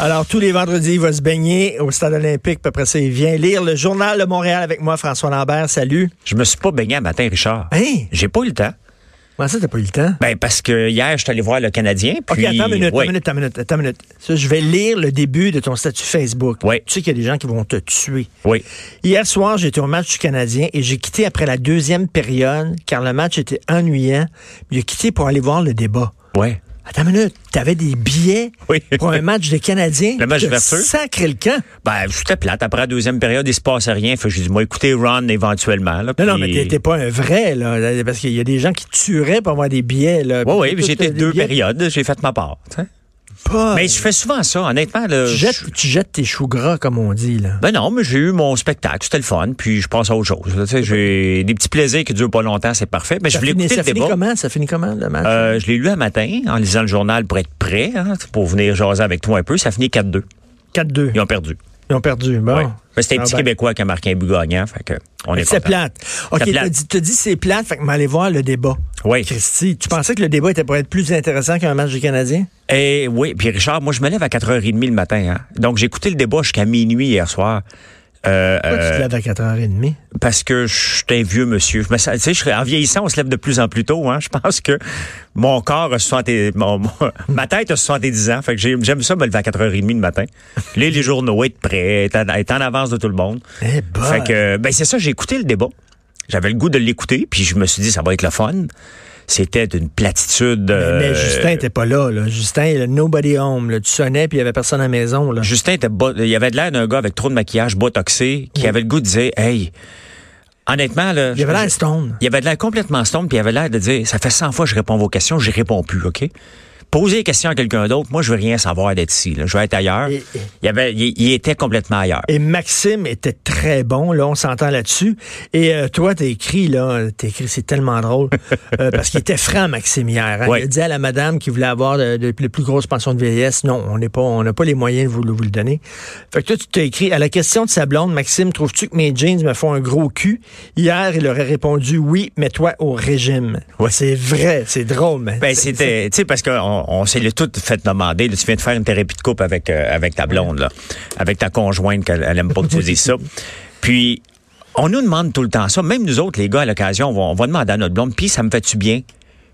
Alors, tous les vendredis, il va se baigner au stade olympique, puis après ça, il vient lire le journal de Montréal avec moi, François Lambert. Salut. Je me suis pas baigné un matin, Richard. Hein? J'ai pas eu le temps. Comment ça, t'as pas eu le temps? Ben, parce que hier, je suis allé voir le Canadien. Puis... OK, attends une minute, Ouais. attends une minute, attends une minute, attends une minute. Ça, je vais lire le début de ton statut Facebook. Ouais. Tu sais qu'il y a des gens qui vont te tuer. Oui. Hier soir, j'étais au match du Canadien et j'ai quitté après la deuxième période car le match était ennuyant. J'ai quitté pour aller voir le débat. Ouais. Attends une minute, t'avais des billets Oui. pour un match de Canadien. Le match Tu vertueux. sacré le camp. Ben, c'était plate. Après la deuxième période, il se passait rien. Fait que j'ai dit, moi, écoutez Ron éventuellement. Là, Non, non, mais puis- t'étais pas un vrai, là, parce qu'il y a des gens qui tueraient pour avoir des billets. Là, Oui, Puis oui, puis tout, j'ai été euh, des deux billets, périodes. J'ai fait ma part. tu sais. pas- Mais je fais souvent ça, honnêtement. Là, tu, je- jettes, tu jettes tes choux gras, comme on dit. Là. Ben non, mais j'ai eu mon spectacle, c'était le fun, puis je passe à autre chose. là, tu sais, J'ai des petits plaisirs qui durent pas longtemps, c'est parfait. Mais je ça voulais finit, écouter ça le finit débat. comment? Ça finit comment, le match? Euh, je l'ai lu un matin en lisant le journal pour être prêt, hein, pour venir jaser avec toi un peu. Ça finit 4-2. 4-2. Ils ont perdu. Ils ont perdu. Bon. Ouais. Mais C'était un Ah petit ben. Québécois qui a marqué un but gagnant. Fait que on est C'est content. plate. OK, C'était t'as plate. dit, t'as dit c'est plate, fait que m'allez voir le débat. Oui. Christy, tu pensais que le débat était pour être plus intéressant qu'un match du Canadien? Et Eh oui, puis Richard, moi je me lève à 4h30 le matin. Hein. Donc j'ai écouté le débat jusqu'à minuit hier soir. Euh, Pourquoi tu euh, te lèves à 4h30? parce que je suis un vieux monsieur. Je me sens- tu sais, je serais- en vieillissant, on se lève de plus en plus tôt. Hein. Je pense que mon corps a 60 et- mon- mon- ma tête a 70 ans. Fait que j'ai- j'aime ça me lever à 4h30 le matin. Lire les journaux, être prêt, être en, être en avance de tout le monde. Eh ben. Fait que, ben c'est ça, j'ai écouté le débat. J'avais le goût de l'écouter, puis je me suis dit, ça va être le fun. C'était une platitude. euh, Mais Justin n'était pas là, là. Justin, le nobody home. là. Tu sonnais puis il n'y avait personne à la maison. Là. Justin était bo- il avait de l'air d'un gars avec trop de maquillage, botoxé, qui avait le goût de dire, hey, honnêtement, là. il avait je- l'air stone. Il avait de l'air complètement stone, puis il avait l'air de dire Ça fait 100 fois que je réponds à vos questions, j'y réponds plus, OK? Posez des questions à quelqu'un d'autre, moi, je veux rien savoir d'être ici, là. je veux être ailleurs. Et- Il, avait, il, il était complètement ailleurs. Et Maxime était très bon, là, on s'entend là-dessus. Et euh, toi, t'as écrit, là, t'as écrit, c'est tellement drôle, euh, parce qu'il était franc, Maxime, hier. hein. Ouais. Il a dit à la madame qu'il voulait avoir de, de- les plus grosses pensions de vieillesse, non, on n'est pas, on n'a pas les moyens de vous, le- vous le donner. Fait que toi, tu t'as écrit, à la question de sa blonde, Maxime, trouves-tu que mes jeans me font un gros cul? Hier, il aurait répondu, oui, mais toi, au régime. Ouais. C'est vrai, c'est drôle, mais... Ben, c'était, tu sais, parce qu'on on, on s'est le tout fait demander. là, tu viens de faire une thérapie de couple avec, euh, avec ta blonde, là, avec ta conjointe, qu'elle elle aime pas que tu dises ça. Puis, on nous demande tout le temps ça. Même nous autres, les gars, à l'occasion, on va, on va demander à notre blonde, puis ça me fait-tu bien?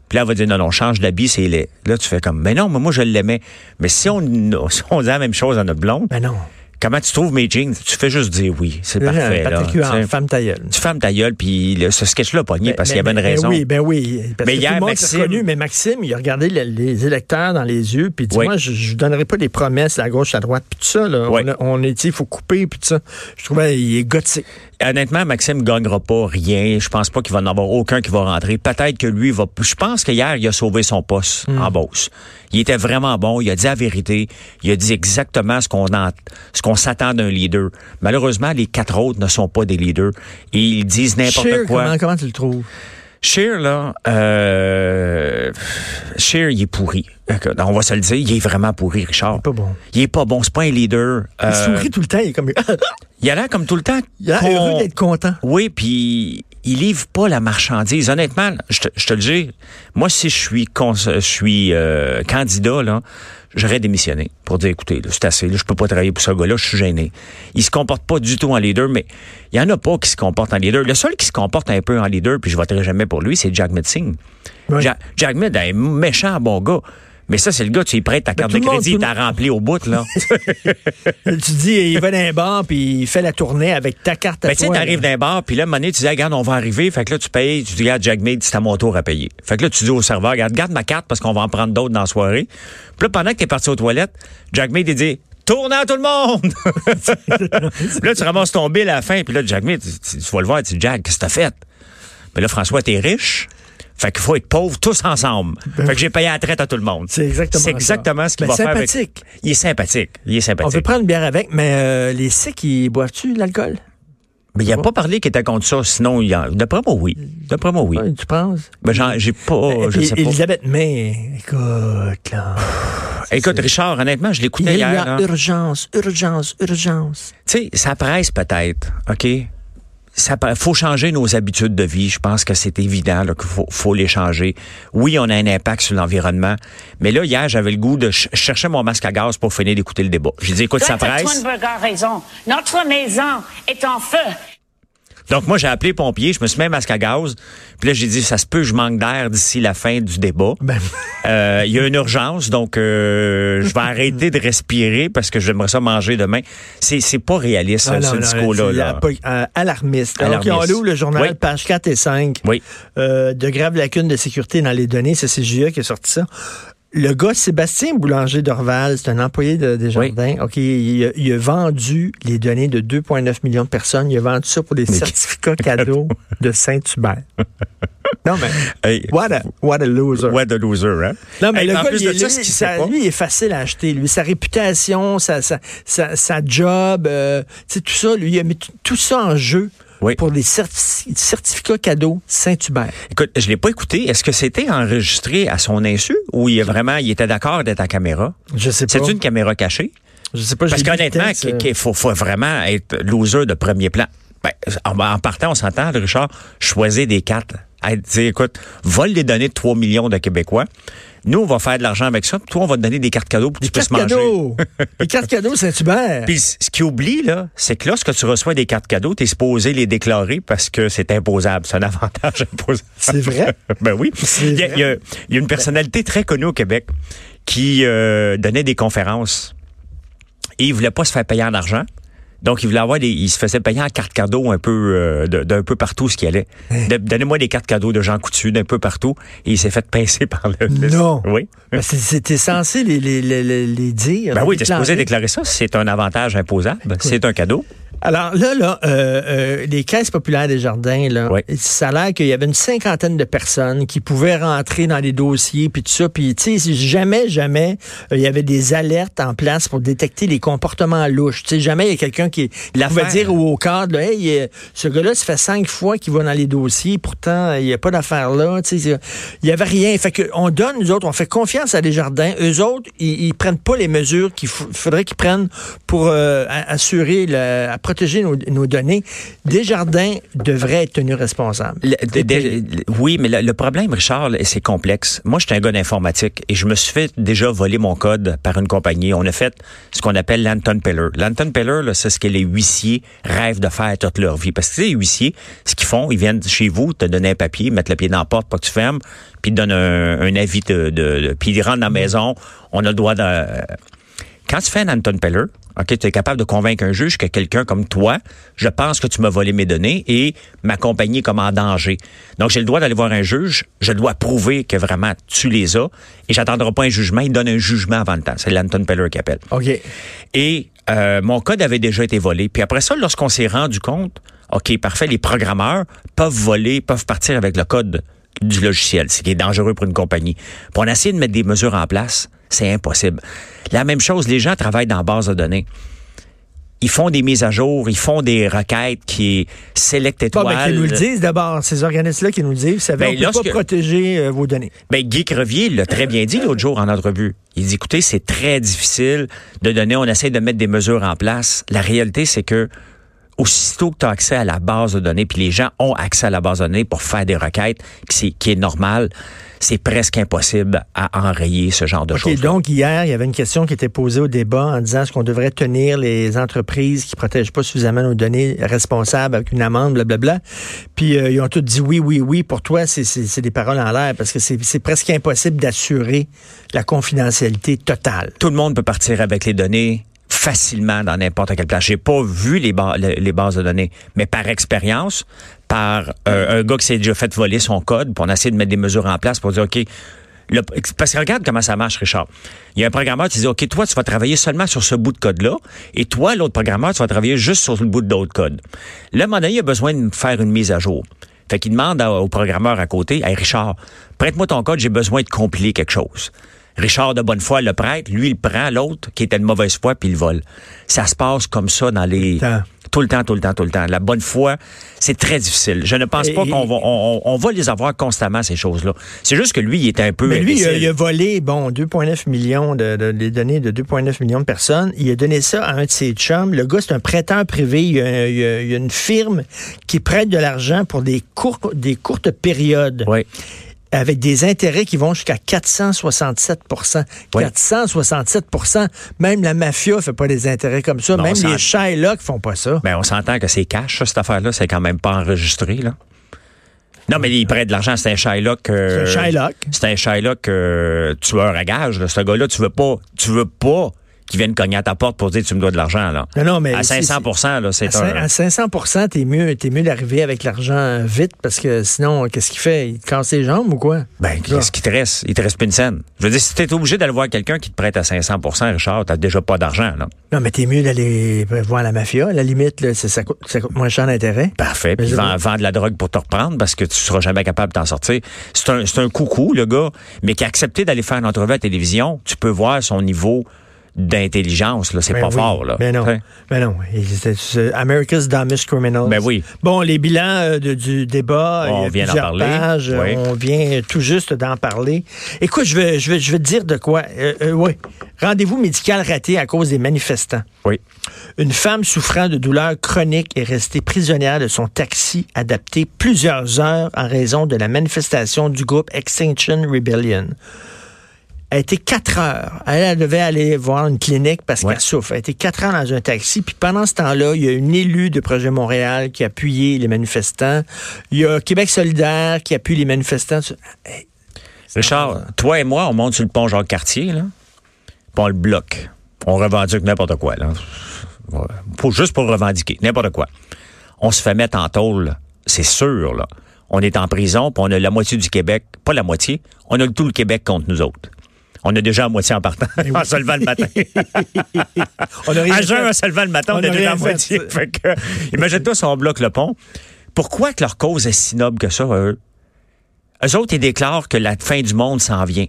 Puis là, elle va dire, non, non, change d'habit, c'est laid. Là, tu fais comme, mais non, mais moi, je l'aimais. Mais si on, si on dit la même chose à notre blonde, Ben non. comment tu trouves mes jeans? Tu fais juste dire oui. C'est parfait, là. Euh, Patrick Huard, Tu sais, femme ta gueule. Tu fermes ta gueule, puis là, ce sketch-là a pogné parce qu'il y avait une ben, ben raison. oui, ben oui. Parce Mais que hier, tout le monde Maxime- s'est reconnu, mais Maxime, il a regardé le- les électeurs dans les yeux, puis il dit, Oui. moi, je, je donnerai pas des promesses à gauche, à droite, puis tout ça, là. Oui. On, a- on est, il faut couper, puis tout ça. Je trouvais, il est gothique. Honnêtement, Maxime gagnera pas rien. Je pense pas qu'il va en avoir aucun qui va rentrer. Peut-être que lui va. Je pense que hier, il a sauvé son poste Hmm. en Beauce. Il était vraiment bon. Il a dit la vérité. Il a dit exactement ce qu'on en- ce qu'on s'attend d'un leader. Malheureusement, les quatre autres ne sont pas des leaders. Et ils disent n'importe Scheer, quoi. comment, comment tu le trouves? Shear, là, euh, Scheer, il est pourri. Écoute, On va se le dire, il est vraiment pourri, Richard. Il est pas bon. Il est pas bon, c'est pas un leader. Il Euh, sourit tout le temps, il est comme, il a l'air comme tout le temps. il a l'air con- heureux d'être content. oui, puis il livre pas la marchandise. Honnêtement, je te, je te le dis, moi si je suis cons- je suis euh, candidat là, j'aurais démissionné pour dire écoutez, là, c'est assez, là, je peux pas travailler pour ce gars-là, je suis gêné. Il se comporte pas du tout en leader, mais il y en a pas qui se comportent en leader. Le seul qui se comporte un peu en leader, puis je voterai jamais pour lui, c'est Jack Metzing. Oui. Ja- Jack Med est un méchant bon gars. Mais ça, c'est le gars, tu lui prêtes ta carte Ben, tout de le monde- crédit, tout le t'as rempli au bout, là. tu dis, il va dans un bar, puis il fait la tournée avec ta carte à Ben, tu sais, toi, t'arrives là. d'un bar, puis là, à un moment donné, tu dis, Ah, regarde, on va arriver. Fait que là, tu payes, tu dis, regarde, Jack Mead, c'est à mon tour à payer. Fait que là, tu dis au serveur, regarde, garde ma carte parce qu'on va en prendre d'autres dans la soirée. Puis là, pendant que t'es parti aux toilettes, Jack Mead, il dit, tourne à tout le monde! Puis là, tu ramasses ton bill à la fin, puis là, Jack Mead, tu, tu- tu vas le voir, tu dis, Jack, qu'est-ce que t'as fait? Mais là, François, t'es riche. Fait qu'il faut être pauvre tous ensemble. Fait que j'ai payé à la traite à tout le monde. Ben C'est exactement C'est ça. exactement ce qu'il Ben, va faire. avec- Ben, sympathique. Il est sympathique. Il est On peut sympathique. prendre une bière avec, mais euh, les sikhs, ils boivent-tu de l'alcool? Mais il a pas parlé qu'il était contre ça, sinon, il en... d'après moi, oui. D'après moi, oui. Ouais, tu penses? Ben, j'en- j'ai pas, Et je puis, sais pas. Elisabeth May, écoute, là. Écoute, Richard, honnêtement, je Il l'écoutais y hier. a là. urgence, urgence, urgence. Tu sais, ça presse peut-être, OK? ça pa- faut changer nos habitudes de vie. Je pense que c'est évident là, qu'il faut, faut les changer. Oui, on a un impact sur l'environnement, mais là hier j'avais le goût de ch- chercher mon masque à gaz pour finir d'écouter le débat. J'ai dit écoute ça Greta presse. Thunberg a raison. Notre maison est en feu. Donc moi j'ai appelé pompier, je me suis mis un masque à gaz. Puis là j'ai dit ça se peut je manque d'air d'ici la fin du débat. Ben, Euh, Il y a une urgence, donc euh, je vais arrêter de respirer parce que j'aimerais ça manger demain. C'est c'est pas réaliste ah, ce non, non, discours-là. c'est là. apo- euh, alarmiste. Alors, Alarmiste. on l'ouvre le journal, Oui. page 4 et 5. Oui. Euh, de graves lacunes de sécurité dans les données. C'est CGA qui a sorti ça. Le gars Sébastien Boulanger d'Orval, c'est un employé de Desjardins. OK, il, a- il a vendu les données de 2,9 millions de personnes. Il a vendu ça pour des certificats cadeaux de Saint-Hubert. non, mais Hey, what, a, what a loser. Ouais, de loser, hein? Non, mais Hey, le en gars, plus il de est- ça, lui, ce qu'il sa- sait pas, lui, il est facile à acheter. Lui, sa réputation, sa, sa, sa, sa job, euh, tu sais, tout ça, lui, il a mis t- tout ça en jeu Oui. pour des certi- certificats cadeaux Saint-Hubert. écoute, je l'ai pas écouté. Est-ce que c'était enregistré à son insu ou il a vraiment, il était d'accord d'être à caméra? Je sais pas. C'est une caméra cachée? Je sais pas. Parce j'ai lu le qu'honnêtement, texte, euh, il faut, faut vraiment être loser de premier plan. Ben, en, en partant, on s'entend, là, Richard, choisir des quatre. Hey, dis, écoute, vole les données de 3 millions de Québécois. Nous, on va faire de l'argent avec ça. puis Toi, on va te donner des cartes cadeaux pour que Des tu puisses cartes manger. cadeaux. des cartes cadeaux Saint-Hubert. Puis c- ce qu'ils oublient, là, c'est que lorsque tu reçois des cartes cadeaux, tu es supposé les déclarer parce que c'est imposable. C'est un avantage imposable. C'est vrai? ben oui. C'est Il y, a, il y a- il y a une personnalité très connue au Québec qui euh, donnait des conférences et il voulait pas se faire payer en argent. Donc, il voulait avoir des, il se faisait payer en cartes cadeaux un peu, euh, de- d'un peu partout ce qu'il allait. Hein? De- Donnez-moi des cartes cadeaux de Jean Coutu d'un peu partout. Et il s'est fait pincer par le. le- Non. Oui. Ben, c'est- C'était censé les, les, les, les- les dire. Ben oui, les t'es supposé déclarer. déclarer ça. C'est un avantage imposable. C'est un cadeau. Alors là, là euh, euh, les caisses populaires des jardins, là, Oui. ça a l'air qu'il y avait une cinquantaine de personnes qui pouvaient rentrer dans les dossiers, puis tout ça. Puis, tu sais, jamais, jamais, euh, il y avait des alertes en place pour détecter les comportements louches. Tu sais, jamais il y a quelqu'un qui L'affaire. pouvait dire au, au cadre, là, hey, euh, ce gars-là, ça fait cinq fois qu'il va dans les dossiers, pourtant, il n'y a pas d'affaire là. Tu sais, il n'y avait rien. Fait que on donne, nous autres, on fait confiance à des jardins. Eux autres, ils, ils prennent pas les mesures qu'il faut- faudrait qu'ils prennent pour euh, a- assurer, le- à protéger nos, nos données. Des jardins devraient être tenus responsables. Le- de- de- le- oui, mais le, le problème, Richard, là, c'est complexe. Moi, j'étais un gars d'informatique et je me suis fait déjà voler mon code par une compagnie. On a fait ce qu'on appelle l'Anton Peller. L'Anton Peller, là, c'est ce que les huissiers rêvent de faire toute leur vie. Parce que tu sais, les huissiers, ce qu'ils font, ils viennent chez vous, te donner un papier, mettre le pied dans la porte, pas que tu fermes, puis ils te donnent un, un avis de, de- de- Puis ils rentrent dans la maison, on a le droit de... Quand tu fais un Anton Peller, OK, tu es capable de convaincre un juge que quelqu'un comme toi, je pense que tu m'as volé mes données et ma compagnie est comme en danger. Donc, j'ai le droit d'aller voir un juge, je dois prouver que vraiment tu les as et j'attendrai pas un jugement, il donne un jugement avant le temps. C'est l'Anton Peller qui appelle. OK. Et euh, mon code avait déjà été volé. Puis après ça, lorsqu'on s'est rendu compte, OK, parfait, les programmeurs peuvent voler, peuvent partir avec le code du logiciel, ce qui est dangereux pour une compagnie. Puis on a essayé de mettre des mesures en place, c'est impossible. La même chose, les gens travaillent dans la base de données. Ils font des mises à jour, ils font des requêtes qui sélectent Pas étoiles. ben, qu'ils nous le disent d'abord, ces organismes-là qui nous le disent, vous savez, Ben, on peut lorsque- pas protéger euh, vos données. Ben, Guy Crevier l'a très bien dit l'autre jour en entrevue. Il dit, écoutez, c'est très difficile de donner, on essaie de mettre des mesures en place. La réalité, c'est que aussitôt que tu as accès à la base de données, puis les gens ont accès à la base de données pour faire des requêtes, qui, c'est- qui est normal, c'est presque impossible à enrayer ce genre de OK, choses. donc hier, il y avait une question qui était posée au débat en disant est-ce qu'on devrait tenir les entreprises qui protègent pas suffisamment nos données responsables avec une amende, blablabla. Puis euh, ils ont tous dit oui, oui, oui. Pour toi, c'est- c'est c'est des paroles en l'air parce que c'est c'est presque impossible d'assurer la confidentialité totale. Tout le monde peut partir avec les données facilement dans n'importe quelle place. J'ai pas vu les, ba- le- les bases de données, mais par expérience, par euh, un gars qui s'est déjà fait voler son code, puis on essaie de mettre des mesures en place pour dire, OK, le- parce que regarde comment ça marche, Richard. Il y a un programmeur qui dit, OK, toi, tu vas travailler seulement sur ce bout de code-là, et toi, l'autre programmeur, tu vas travailler juste sur le bout de l'autre code. Là, à un moment donné, il a besoin de faire une mise à jour. Fait qu'il demande à- au programmeur à côté, Hey, Richard, prête-moi ton code, j'ai besoin de compiler quelque chose. Richard de bonne foi le prête, lui, il prend l'autre qui était de mauvaise foi, puis il vole. Ça se passe comme ça dans les... Attends. Tout le temps, tout le temps, tout le temps. La bonne foi, c'est très difficile. Je ne pense Et- pas qu'on va, on, on- on va les avoir constamment, ces choses-là. C'est juste que lui, il était un peu. Mais lui, il a, imbécile. il a volé, bon, 2,9 millions de, de- des données de 2,9 millions de personnes. Il a donné ça à un de ses chums. Le gars, c'est un prêteur privé. Il y a, il y a- il y a une firme qui prête de l'argent pour des, courtes des courtes périodes. Oui. Avec des intérêts qui vont jusqu'à 467 Oui. 467 Même la mafia fait pas des intérêts comme ça. Non, Même ça- les Shylock font pas ça. Ben, on s'entend que c'est cash, ça, cette affaire-là. C'est quand même pas enregistré, là. Non, mais il prête de l'argent, c'est un Shylock. euh, C'est un Shylock. C'est un Shylock euh, tueur à gage, là. Ce gars-là, tu veux pas, tu veux pas qu'il vienne cogner à ta porte pour dire tu me dois de l'argent, là. Non, non, mais À c'est- 500 là, c'est un. À, cin- à 500 t'es mieux, t'es mieux d'arriver avec l'argent euh, vite parce que sinon, qu'est-ce qu'il fait? Il te casse les jambes ou quoi? Ben, qu'est-ce qui te reste? Il te reste plus une scène. Je veux dire, si t'es obligé d'aller voir quelqu'un qui te prête à 500 Richard, t'as déjà pas d'argent, là. Non, mais t'es mieux d'aller voir la mafia. À la limite, là, c'est- ça, coûte, ça coûte moins cher d'intérêt. Parfait. Puis Mais je- vend, vend de la drogue pour te reprendre parce que tu seras jamais capable de t'en sortir. C'est un, c'est un coucou, le gars, mais qui a accepté d'aller faire une entrevue à la télévision. Tu peux voir son niveau d'intelligence, là. C'est Ben pas oui. fort, là. Ben non. T'sais? Ben non. Et c'est- c'est America's Dumbest Criminals. Ben oui. Bon, les bilans euh, de- du débat, On il y a vient d'en plusieurs parler. pages, euh, Oui. on vient tout juste d'en parler. Écoute, je vais, je vais, je vais te dire de quoi. Euh, euh, oui. Rendez-vous médical raté à cause des manifestants. Oui. Une femme souffrant de douleurs chroniques est restée prisonnière de son taxi adapté plusieurs heures en raison de la manifestation du groupe Extinction Rebellion. Elle a été quatre heures. Elle, elle devait aller voir une clinique parce Ouais. qu'elle souffre. Elle a été quatre heures dans un taxi. Puis pendant ce temps-là, il y a une élue de Projet Montréal qui a appuyé les manifestants. Il y a Québec solidaire qui appuie les manifestants. Richard, toi et moi, on monte sur le pont Jacques-Cartier, là. Puis on le bloque. On revendique n'importe quoi, là. Ouais. Pour, juste pour revendiquer, n'importe quoi. On se fait mettre en tôle, là. c'est sûr, là. On est en prison, puis on a la moitié du Québec, pas la moitié, on a le tout le Québec contre nous autres. On a déjà la moitié en partant, en se levant le matin. On a rien À jeun, fait. en se levant le matin, on, On a a déjà la rien fait. moitié. Fait que, imagine-toi si on bloque le pont. Pourquoi que leur cause est si noble que ça, eux? Eux autres, ils déclarent que la fin du monde s'en vient.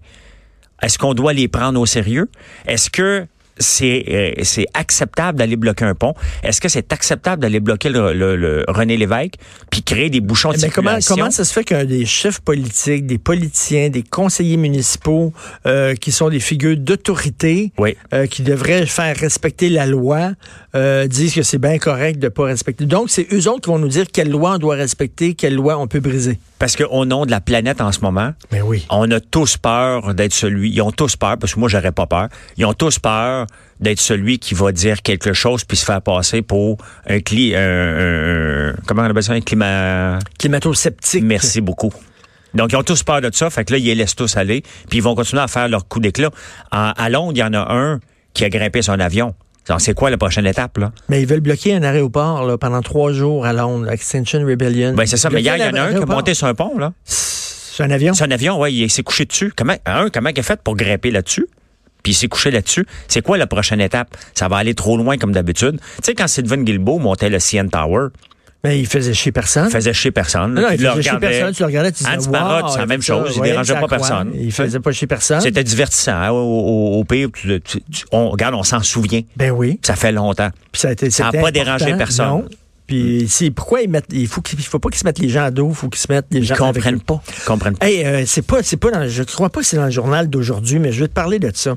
Est-ce qu'on doit les prendre au sérieux? Est-ce que c'est euh, c'est acceptable d'aller bloquer un pont? Est-ce que c'est acceptable d'aller bloquer le, le- le René Lévesque puis créer des bouchons de Mais Eh ben, comment, circulation? comment ça se fait qu'un des chefs politiques, des politiciens, des conseillers municipaux, euh, qui sont des figures d'autorité, Oui. euh, qui devraient faire respecter la loi, euh, disent que c'est bien correct de pas respecter. Donc, c'est eux autres qui vont nous dire quelle loi on doit respecter, quelle loi on peut briser. Oh. Parce qu'au nom de la planète en ce moment, Mais oui. On a tous peur d'être celui. Ils ont tous peur, parce que moi, j'aurais pas peur. Ils ont tous peur d'être celui qui va dire quelque chose puis se faire passer pour un cli, un- un- comment on appelle ça, un climat. Climato-sceptique. Merci beaucoup. Donc, ils ont tous peur de ça. Fait que là, ils les laissent tous aller. Puis, ils vont continuer à faire leur coup d'éclat. À, à Londres, il y en a un qui a grimpé son avion. Donc, C'est quoi la prochaine étape, là? Mais ils veulent bloquer un aéroport là, pendant trois jours à Londres, Extinction Rebellion. Ben, c'est ça. Mais Bloquer hier, il y en a un qui a aéroport. monté sur un pont, là. C'est un avion. C'est un avion, ouais, il s'est couché dessus. Comment, un, comment il a fait pour grimper là-dessus? Puis il s'est couché là-dessus. C'est quoi la prochaine étape? Ça va aller trop loin comme d'habitude. Tu sais, quand Sylvain Guilbeault montait le CN Tower, Mais il faisait chier personne. il faisait chier personne. Non, non, Tu il le faisait chier regardais. personne, tu le regardais, tu disais, Hans wow, Parrott, c'est la il même fait chose. ça, il ouais, dérangeait ça pas croit. personne. Il faisait pas chier personne. C'était divertissant. hein, Au, au- au pire, tu- tu- tu- on, regarde, on s'en souvient. Ben oui. Ça fait longtemps. Puis ça a été- Ça a c'était pas important, dérangé personne. Hmm. non. Puis c'est pourquoi ils mettent il faut qu'il faut pas qu'ils se mettent les gens à dos, il faut qu'ils se mettent les gens Ils avec comprennent eux. pas. Ils comprennent pas. Hey, euh, c'est pas c'est pas dans je crois pas que c'est dans le journal d'aujourd'hui, mais je vais te parler de ça.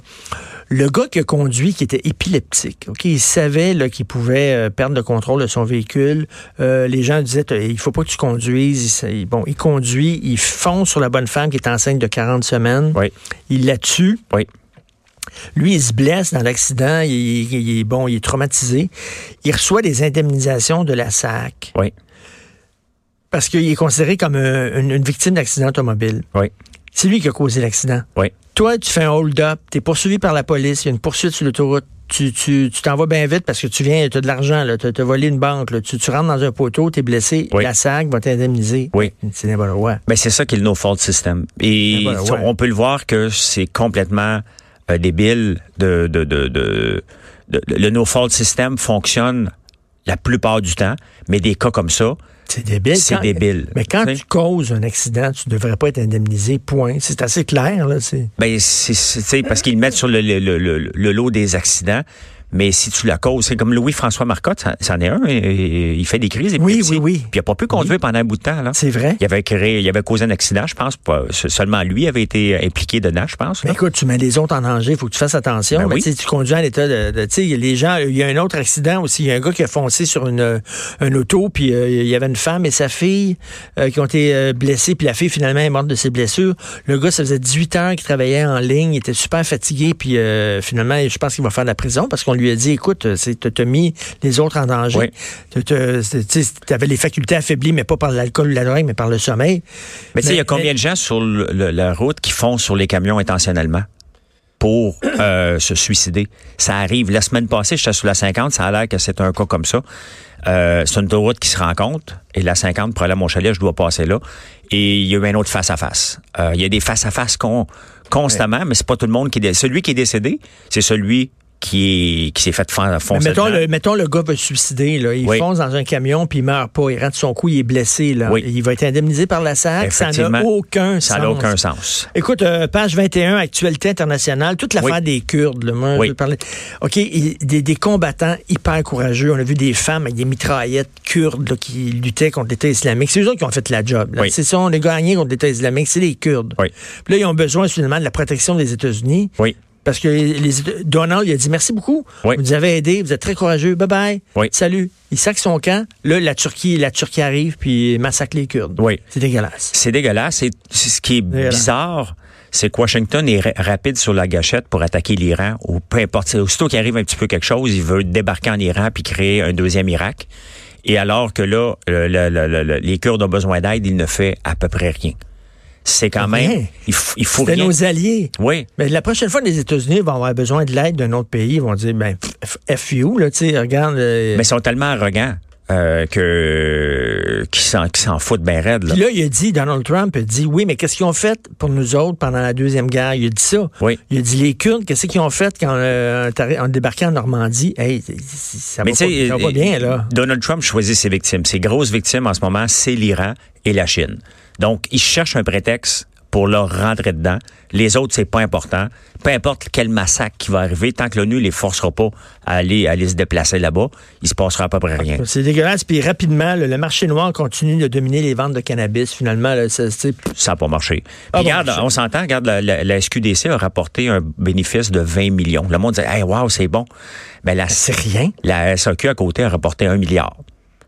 Le gars qui a conduit qui était épileptique, OK, il savait là qu'il pouvait euh, perdre le contrôle de son véhicule. Euh, les gens disaient T'as- il faut pas que tu conduises, Il s- il- bon, il conduit, il fonce sur la bonne femme qui est enceinte de 40 semaines. Oui. Il la tue. Oui. Lui, il se blesse dans l'accident, il, il- il est bon, il est traumatisé. Il reçoit des indemnisations de la SAC Oui. parce qu'il est considéré comme euh, une, une victime d'accident automobile. Oui. C'est lui qui a causé l'accident. Oui. Toi, tu fais un hold-up, tu es poursuivi par la police, il y a une poursuite sur l'autoroute. Tu tu- tu t'en vas bien vite parce que tu viens, tu as de l'argent, tu as, volé une banque, là. tu, tu rentres dans un poteau, tu es blessé, Oui. la SAC va t'indemniser. Oui. C'est n'importe quoi. Mais Ben, c'est ça qui est le no-fault system. Et Ah ben, ouais. on peut le voir que c'est complètement euh, débile de, de, de, de- de- le no-fault system fonctionne la plupart du temps, mais des cas comme ça, C'est débile. C'est Quand- débile. Mais quand Oui. tu causes un accident, tu devrais pas être indemnisé, point. C'est assez clair, là. c'est- ben c'est- c'est tu sais, parce qu'ils le mettent sur le, le- le- le- le lot des accidents. Mais si tu la causes, c'est comme Louis-François Marcotte, ça- c'en est un. et- et- il fait des crises. Oui, épileptiques. oui, oui. Puis il n'a pas pu conduire pendant un bout de temps. Là. C'est vrai. Il avait, créé, il avait causé un accident, je pense. pas- se- seulement lui avait été impliqué dedans, je pense. Mais là. Ben, écoute, tu mets les autres en danger, il faut que tu fasses attention. Hein? Ben Mais oui. tu sais, tu conduis à l'état de. de- tu sais, les gens, il y a un autre accident aussi. Il y a un gars qui a foncé sur une, euh, un auto, puis euh, il y avait une femme et sa fille euh, qui ont été euh, blessées, puis la fille finalement est morte de ses blessures. Le gars, ça faisait 18 ans qu'il travaillait en ligne, il était super fatigué, puis euh, finalement, je pense qu'il va faire de la prison parce qu'on lui a dit écoute, euh, c'est- t'as t'as mis les autres en danger. Oui. T'as- t'as- c'est- Tu avais les facultés affaiblies, mais pas par l'alcool ou la drogue, mais par le sommeil. Mais tu sais, il y a Mais- combien de gens sur le- le- la route qui font sur les camions intentionnellement pour euh, se suicider? Ça arrive. La semaine passée, j'étais sur la 50, ça a l'air que c'est un cas comme ça. Euh, c'est une autoroute qui se rencontre et la 50, pour aller à mon chalet, je dois passer là. Et il y a eu un autre face-à-face. Euh, Il y a des face-à-face con- constamment, mais c'est pas tout le monde qui est décédé. Celui qui est décédé, c'est celui qui est- qui s'est fait fon- Mais foncer. mettons, dedans. le, mettons le gars veut se suicider, là. il Oui. fonce dans un camion puis il meurt pas, il rentre son coup, il est blessé. Là. Oui. Il va être indemnisé par la SAC, ça Effectivement. n'a aucun Ça sens. n'a aucun sens. Écoute, euh, page 21, actualité internationale, toute l'affaire Oui. des Kurdes. Là, moi, Oui. je veux parler. OK, il- des, des combattants hyper courageux. On a vu des femmes avec des mitraillettes kurdes là, qui luttaient contre l'État islamique. C'est eux autres qui ont fait la job. là. Oui. C'est ça, on a gagné contre l'État islamique, c'est les Kurdes. Oui. Puis là, ils ont besoin finalement de la protection des États-Unis. Oui. Parce que les, Donald, il a dit merci beaucoup. Oui. Vous nous avez aidés, vous êtes très courageux. Bye bye. Oui. Salut. Il sac son camp. Là, la Turquie, la Turquie arrive puis massacre les Kurdes. Oui. C'est dégueulasse. C'est dégueulasse. Et c'est ce qui est Dégueulasse. bizarre, c'est que Washington est ra- rapide sur la gâchette pour attaquer l'Iran ou peu importe. C'est Aussitôt qu'il arrive un petit peu quelque chose, il veut débarquer en Iran puis créer un deuxième Irak. Et alors que là, euh, le- le- le- le- les Kurdes ont besoin d'aide, il ne fait à peu près rien. C'est quand Rien. même... Il, f- il faut C'était rien. nos alliés. Oui. Mais la prochaine fois, les États-Unis vont avoir besoin de l'aide d'un autre pays. Ils vont dire, ben, f- f you, là, tu sais, regarde. euh, Mais ils sont tellement arrogants euh, que qu'ils s'en, qu'ils s'en foutent bien raide. là. Puis là, il a dit, Donald Trump a dit, oui, mais qu'est-ce qu'ils ont fait pour nous autres pendant la Deuxième Guerre? Il a dit ça. Oui. Il a dit, les Kurdes, qu'est-ce qu'ils ont fait quand euh, t'arri- en débarquant en Normandie? Hey, c- c- ça va, Mais pas, tu sais, ça va pas euh, bien, là. Donald Trump choisit ses victimes. Ses grosses victimes en ce moment, c'est l'Iran et la Chine. Donc, ils cherchent un prétexte pour leur rentrer dedans. Les autres, c'est pas important. Peu importe quel massacre qui va arriver, tant que l'ONU les forcera pas à aller, à aller se déplacer là-bas, il se passera à peu près rien. C'est dégueulasse. Puis rapidement, là, le marché noir continue de dominer les ventes de cannabis. Finalement, là, ça, c'est- Ça n'a pas marché. Puis Ah, bon regarde, marché. on s'entend, regarde, la, la- la SQDC a rapporté un bénéfice de 20 millions. Le monde dit, hey, wow, c'est bon. Mais la, c'est rien. la SAQ à côté a rapporté un milliard.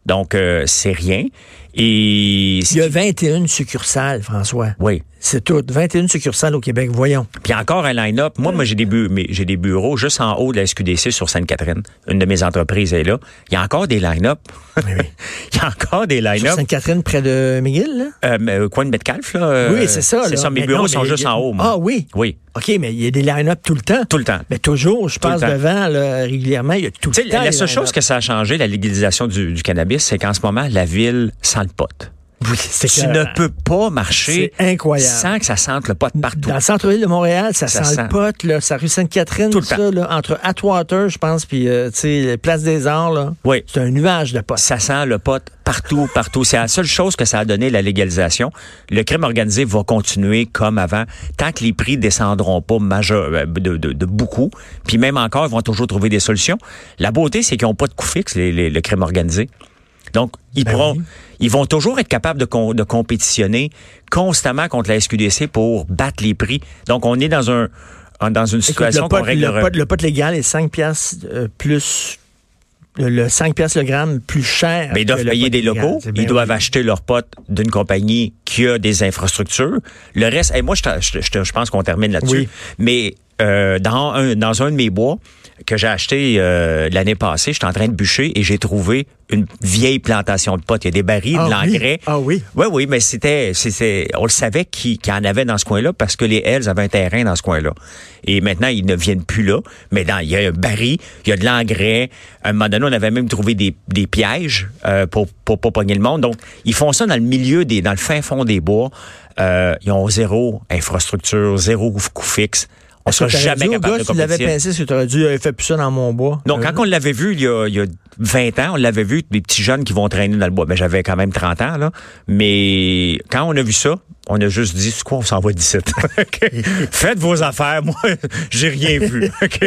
Donc, euh, c'est rien. Et Il y a 21 succursales, François. Oui. C'est tout. 21 succursales au Québec, voyons. Puis encore un line-up. Moi, moi j'ai des, bu- mais j'ai des bureaux juste en haut de la SQDC sur Sainte-Catherine. Une de mes entreprises est là. Il y a encore des line-up. Il y a encore des Sur line-up. Sainte-Catherine, près de McGill, là? Euh, mais, euh, coin de Metcalf, là. euh, Oui, c'est ça, C'est là. ça. Mes Mais bureaux non, sont mais- juste en haut. moi. Ah oui? Oui. OK, mais il y a des line-up tout le temps. Tout le temps. Mais toujours, je Tout le passe temps. devant là, régulièrement, il y a tout Tu le sais, temps. la des seule chose line-up. que ça a changé, la légalisation du, du cannabis, c'est qu'en ce moment, la ville sent le pot. Oui, c'est Tu que- ne peux pas marcher C'est incroyable. sans que ça sente le pot partout. Dans le centre-ville de Montréal, ça, Ça sent, sent. le pot, là, sa rue Sainte-Catherine, Tout le ça, temps. là, entre Atwater, je pense, puis euh, tu sais, Place des Arts, là. Oui. C'est un nuage de potes. Ça sent le pot partout, partout. C'est la seule chose que ça a donné la légalisation. Le crime organisé va continuer comme avant, tant que les prix descendront pas majeur, euh, de, de- de beaucoup. Puis même encore, ils vont toujours trouver des solutions. La beauté, c'est qu'ils n'ont pas de coût fixe, les, les- le crime organisé. Donc, ils Ben pourront, ils vont toujours être capables de, com- de compétitionner constamment contre la SQDC pour battre les prix. Donc, on est dans un, en- dans une Écoute, situation le, qu'on pot, règle. le, pot, le pot légal est 5 piastres euh, plus... Le, le 5 piastres le gramme plus cher. Mais ils que doivent le Ben, payer pot des légal. locaux. C'est ben bien Ils doivent vrai. acheter leurs potes d'une compagnie qui a des infrastructures. Le reste, et moi, je, t'en- je- je- je pense qu'on termine là-dessus. Oui. Mais euh, dans, un, dans un de mes bois que j'ai acheté euh, l'année passée, j'étais en train de bûcher et j'ai trouvé une vieille plantation de potes. Il y a des barils, de Ah oui? l'engrais. Ah oui? Oui, oui, mais c'était, c'était, on le savait qui, qui en avait dans ce coin-là parce que les Hells avaient un terrain dans ce coin-là. Et maintenant, ils ne viennent plus là. Mais dans, il y a un baril, il y a de l'engrais. À un moment donné, on avait même trouvé des, des pièges euh, pour, pour pas pogner le monde. Donc, ils font ça dans le milieu des, dans le fin fond des bois. Euh, ils ont zéro infrastructure, zéro coût fixe. On sera T'aurais jamais dit au gars, capable de tu l'avais compétitionner. pensé, si tu aurais dû, euh, fais plus ça dans mon bois. Donc, Euh, quand on l'avait vu il y, a, il y a 20 ans, on l'avait vu, des petits jeunes qui vont traîner dans le bois. Ben, j'avais quand même 30 ans, là. Mais quand on a vu ça, On a juste dit, c'est quoi, on s'en va d'ici. OK. Faites vos affaires. Moi, j'ai rien vu. OK.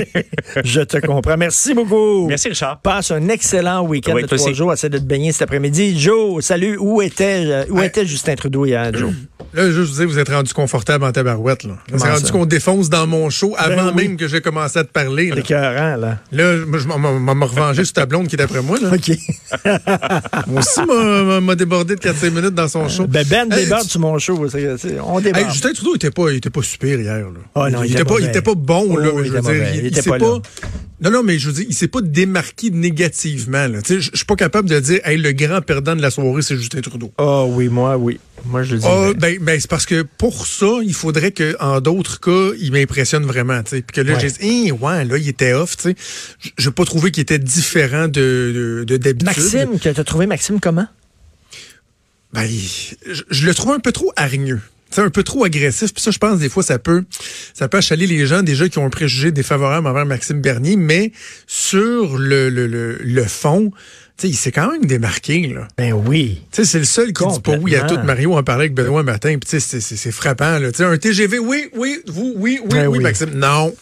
Je te comprends. Merci beaucoup. Merci, Richard. Passe un excellent week-end Oui, de toi trois aussi. jours. Essaie de te baigner cet après-midi. Joe, salut. Où était, euh, où Hein? Hey. était Justin Trudeau hier, Joe? Là, je vous dis, vous êtes rendu confortable en tabarouette. Là. On s'est Comment rendu ça? Ben qu'on défonce dans mon show avant oui. même que j'ai commencé à te parler. Là, C'est écœurant, là. Là, je je m'en- m'en m'en revengeais sur ta blonde qui est après moi. Là. OK. Moi aussi, m'a- m'a- m'a débordé de 4-5 minutes dans son show. Ben, Ben Hey, déborde tu- sur mon show. C'est- c'est- on déborde. Hey, Justin Trudeau, il était pas, il était pas super hier. Là. Ah non, il était était pas, mauvais. il était pas bon. Là, Oh, il je était veux dire, mauvais. Il était s'est pas là. Non, non, mais je veux dire, il s'est pas démarqué négativement. là. Tu sais, Je je suis pas capable de dire, hey, le grand perdant de la soirée, c'est Justin Trudeau. Ah oui, moi, oui. Moi, je le dis. Ah, ben, ben, c'est parce que pour ça, il faudrait que en d'autres cas, il m'impressionne vraiment, tu sais. Puis que là, Ouais. j'ai dit, Eh, ouais, là, il était off, tu sais. J- J'ai pas trouvé qu'il était différent de de- de d'habitude. Maxime, que t'as trouvé Maxime comment? Ben, il- je, je le trouve un peu trop hargneux. C'est un peu trop agressif. Puis ça, je pense, des fois, ça peut, ça peut achaler les gens, des gens qui ont un préjugé défavorable envers Maxime Bernier, mais sur le, le, le, le fond, tu sais, il s'est quand même démarqué, là. Ben oui. Tu sais, c'est le seul qui dit pas oui à tout. Complètement. Mario en parlait avec Benoît matin, puis tu sais, c'est- c'est c'est frappant, là. Tu sais, un TGV, oui, oui, vous, oui, oui, Ben oui, oui. Maxime, non.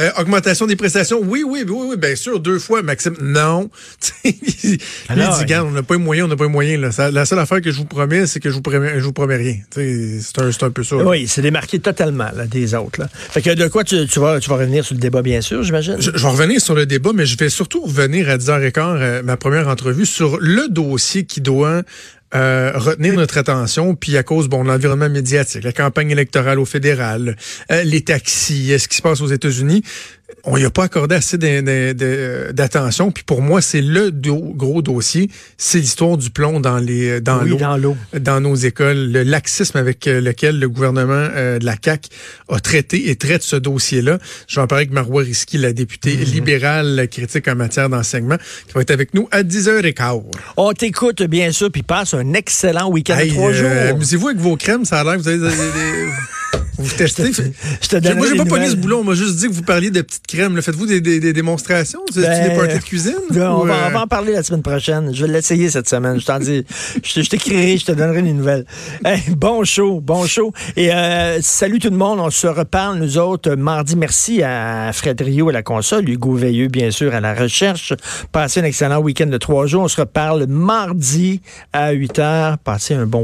Euh, augmentation des prestations, oui, oui, oui, oui, bien sûr, deux fois, Maxime, non. Tu sais, lui, il Alors, dit, regarde, on n'a pas les moyens, on n'a pas les moyens, là. Ça- la seule affaire que je vous promets, c'est que je vous promets, je vous promets rien. Tu sais, c'est un, c'est un peu ça. là. Oui, c'est démarqué totalement là, des autres. Là. Fait que de quoi tu, tu vas, tu vas revenir sur le débat, bien sûr, j'imagine? Je, je vais revenir sur le débat, mais je vais surtout revenir à 10h15, euh, ma première entrevue, sur le dossier qui doit euh, retenir notre attention, puis à cause bon de l'environnement médiatique, la campagne électorale au fédéral, euh, les taxis, euh, ce qui se passe aux États-Unis, on n'y a pas accordé assez d'in- d'in- d'in- d'attention. Puis pour moi, c'est le do- gros dossier, c'est l'histoire du plomb dans les dans oui, l'eau dans l'eau. dans nos écoles, le laxisme avec euh, lequel le gouvernement euh, de la CAC a traité et traite ce dossier-là. Je vais en parler avec Marois Risky, la députée Mm-hmm. libérale critique en matière d'enseignement, qui va être avec nous à 10h15. On t'écoute, bien sûr, puis passe un excellent week-end de Hey, trois euh, jours. Amusez-vous avec vos crèmes, ça a l'air que vous avez des- des- vous vous testez. Je te Moi, donnerai j'ai des pas pogné ce nouvelles. boulot. On m'a juste dit que vous parliez de petites crèmes. là. Faites-vous des, des- des démonstrations? Vous avez Ben, des parties de cuisine? on, Ou, va, euh, on va en parler la semaine prochaine. Je vais l'essayer cette semaine. Je t'en dis. Je te- je t'écrirai, je te donnerai des nouvelles. Hey, bon show, bon show. Et euh, salut tout le monde. On se reparle, nous autres, euh, mardi. Merci à Fred Rio à la console, Hugo Veilleux, bien sûr, à la recherche. Passez un excellent week-end de trois jours. On se reparle mardi à 8 h. Passez un bon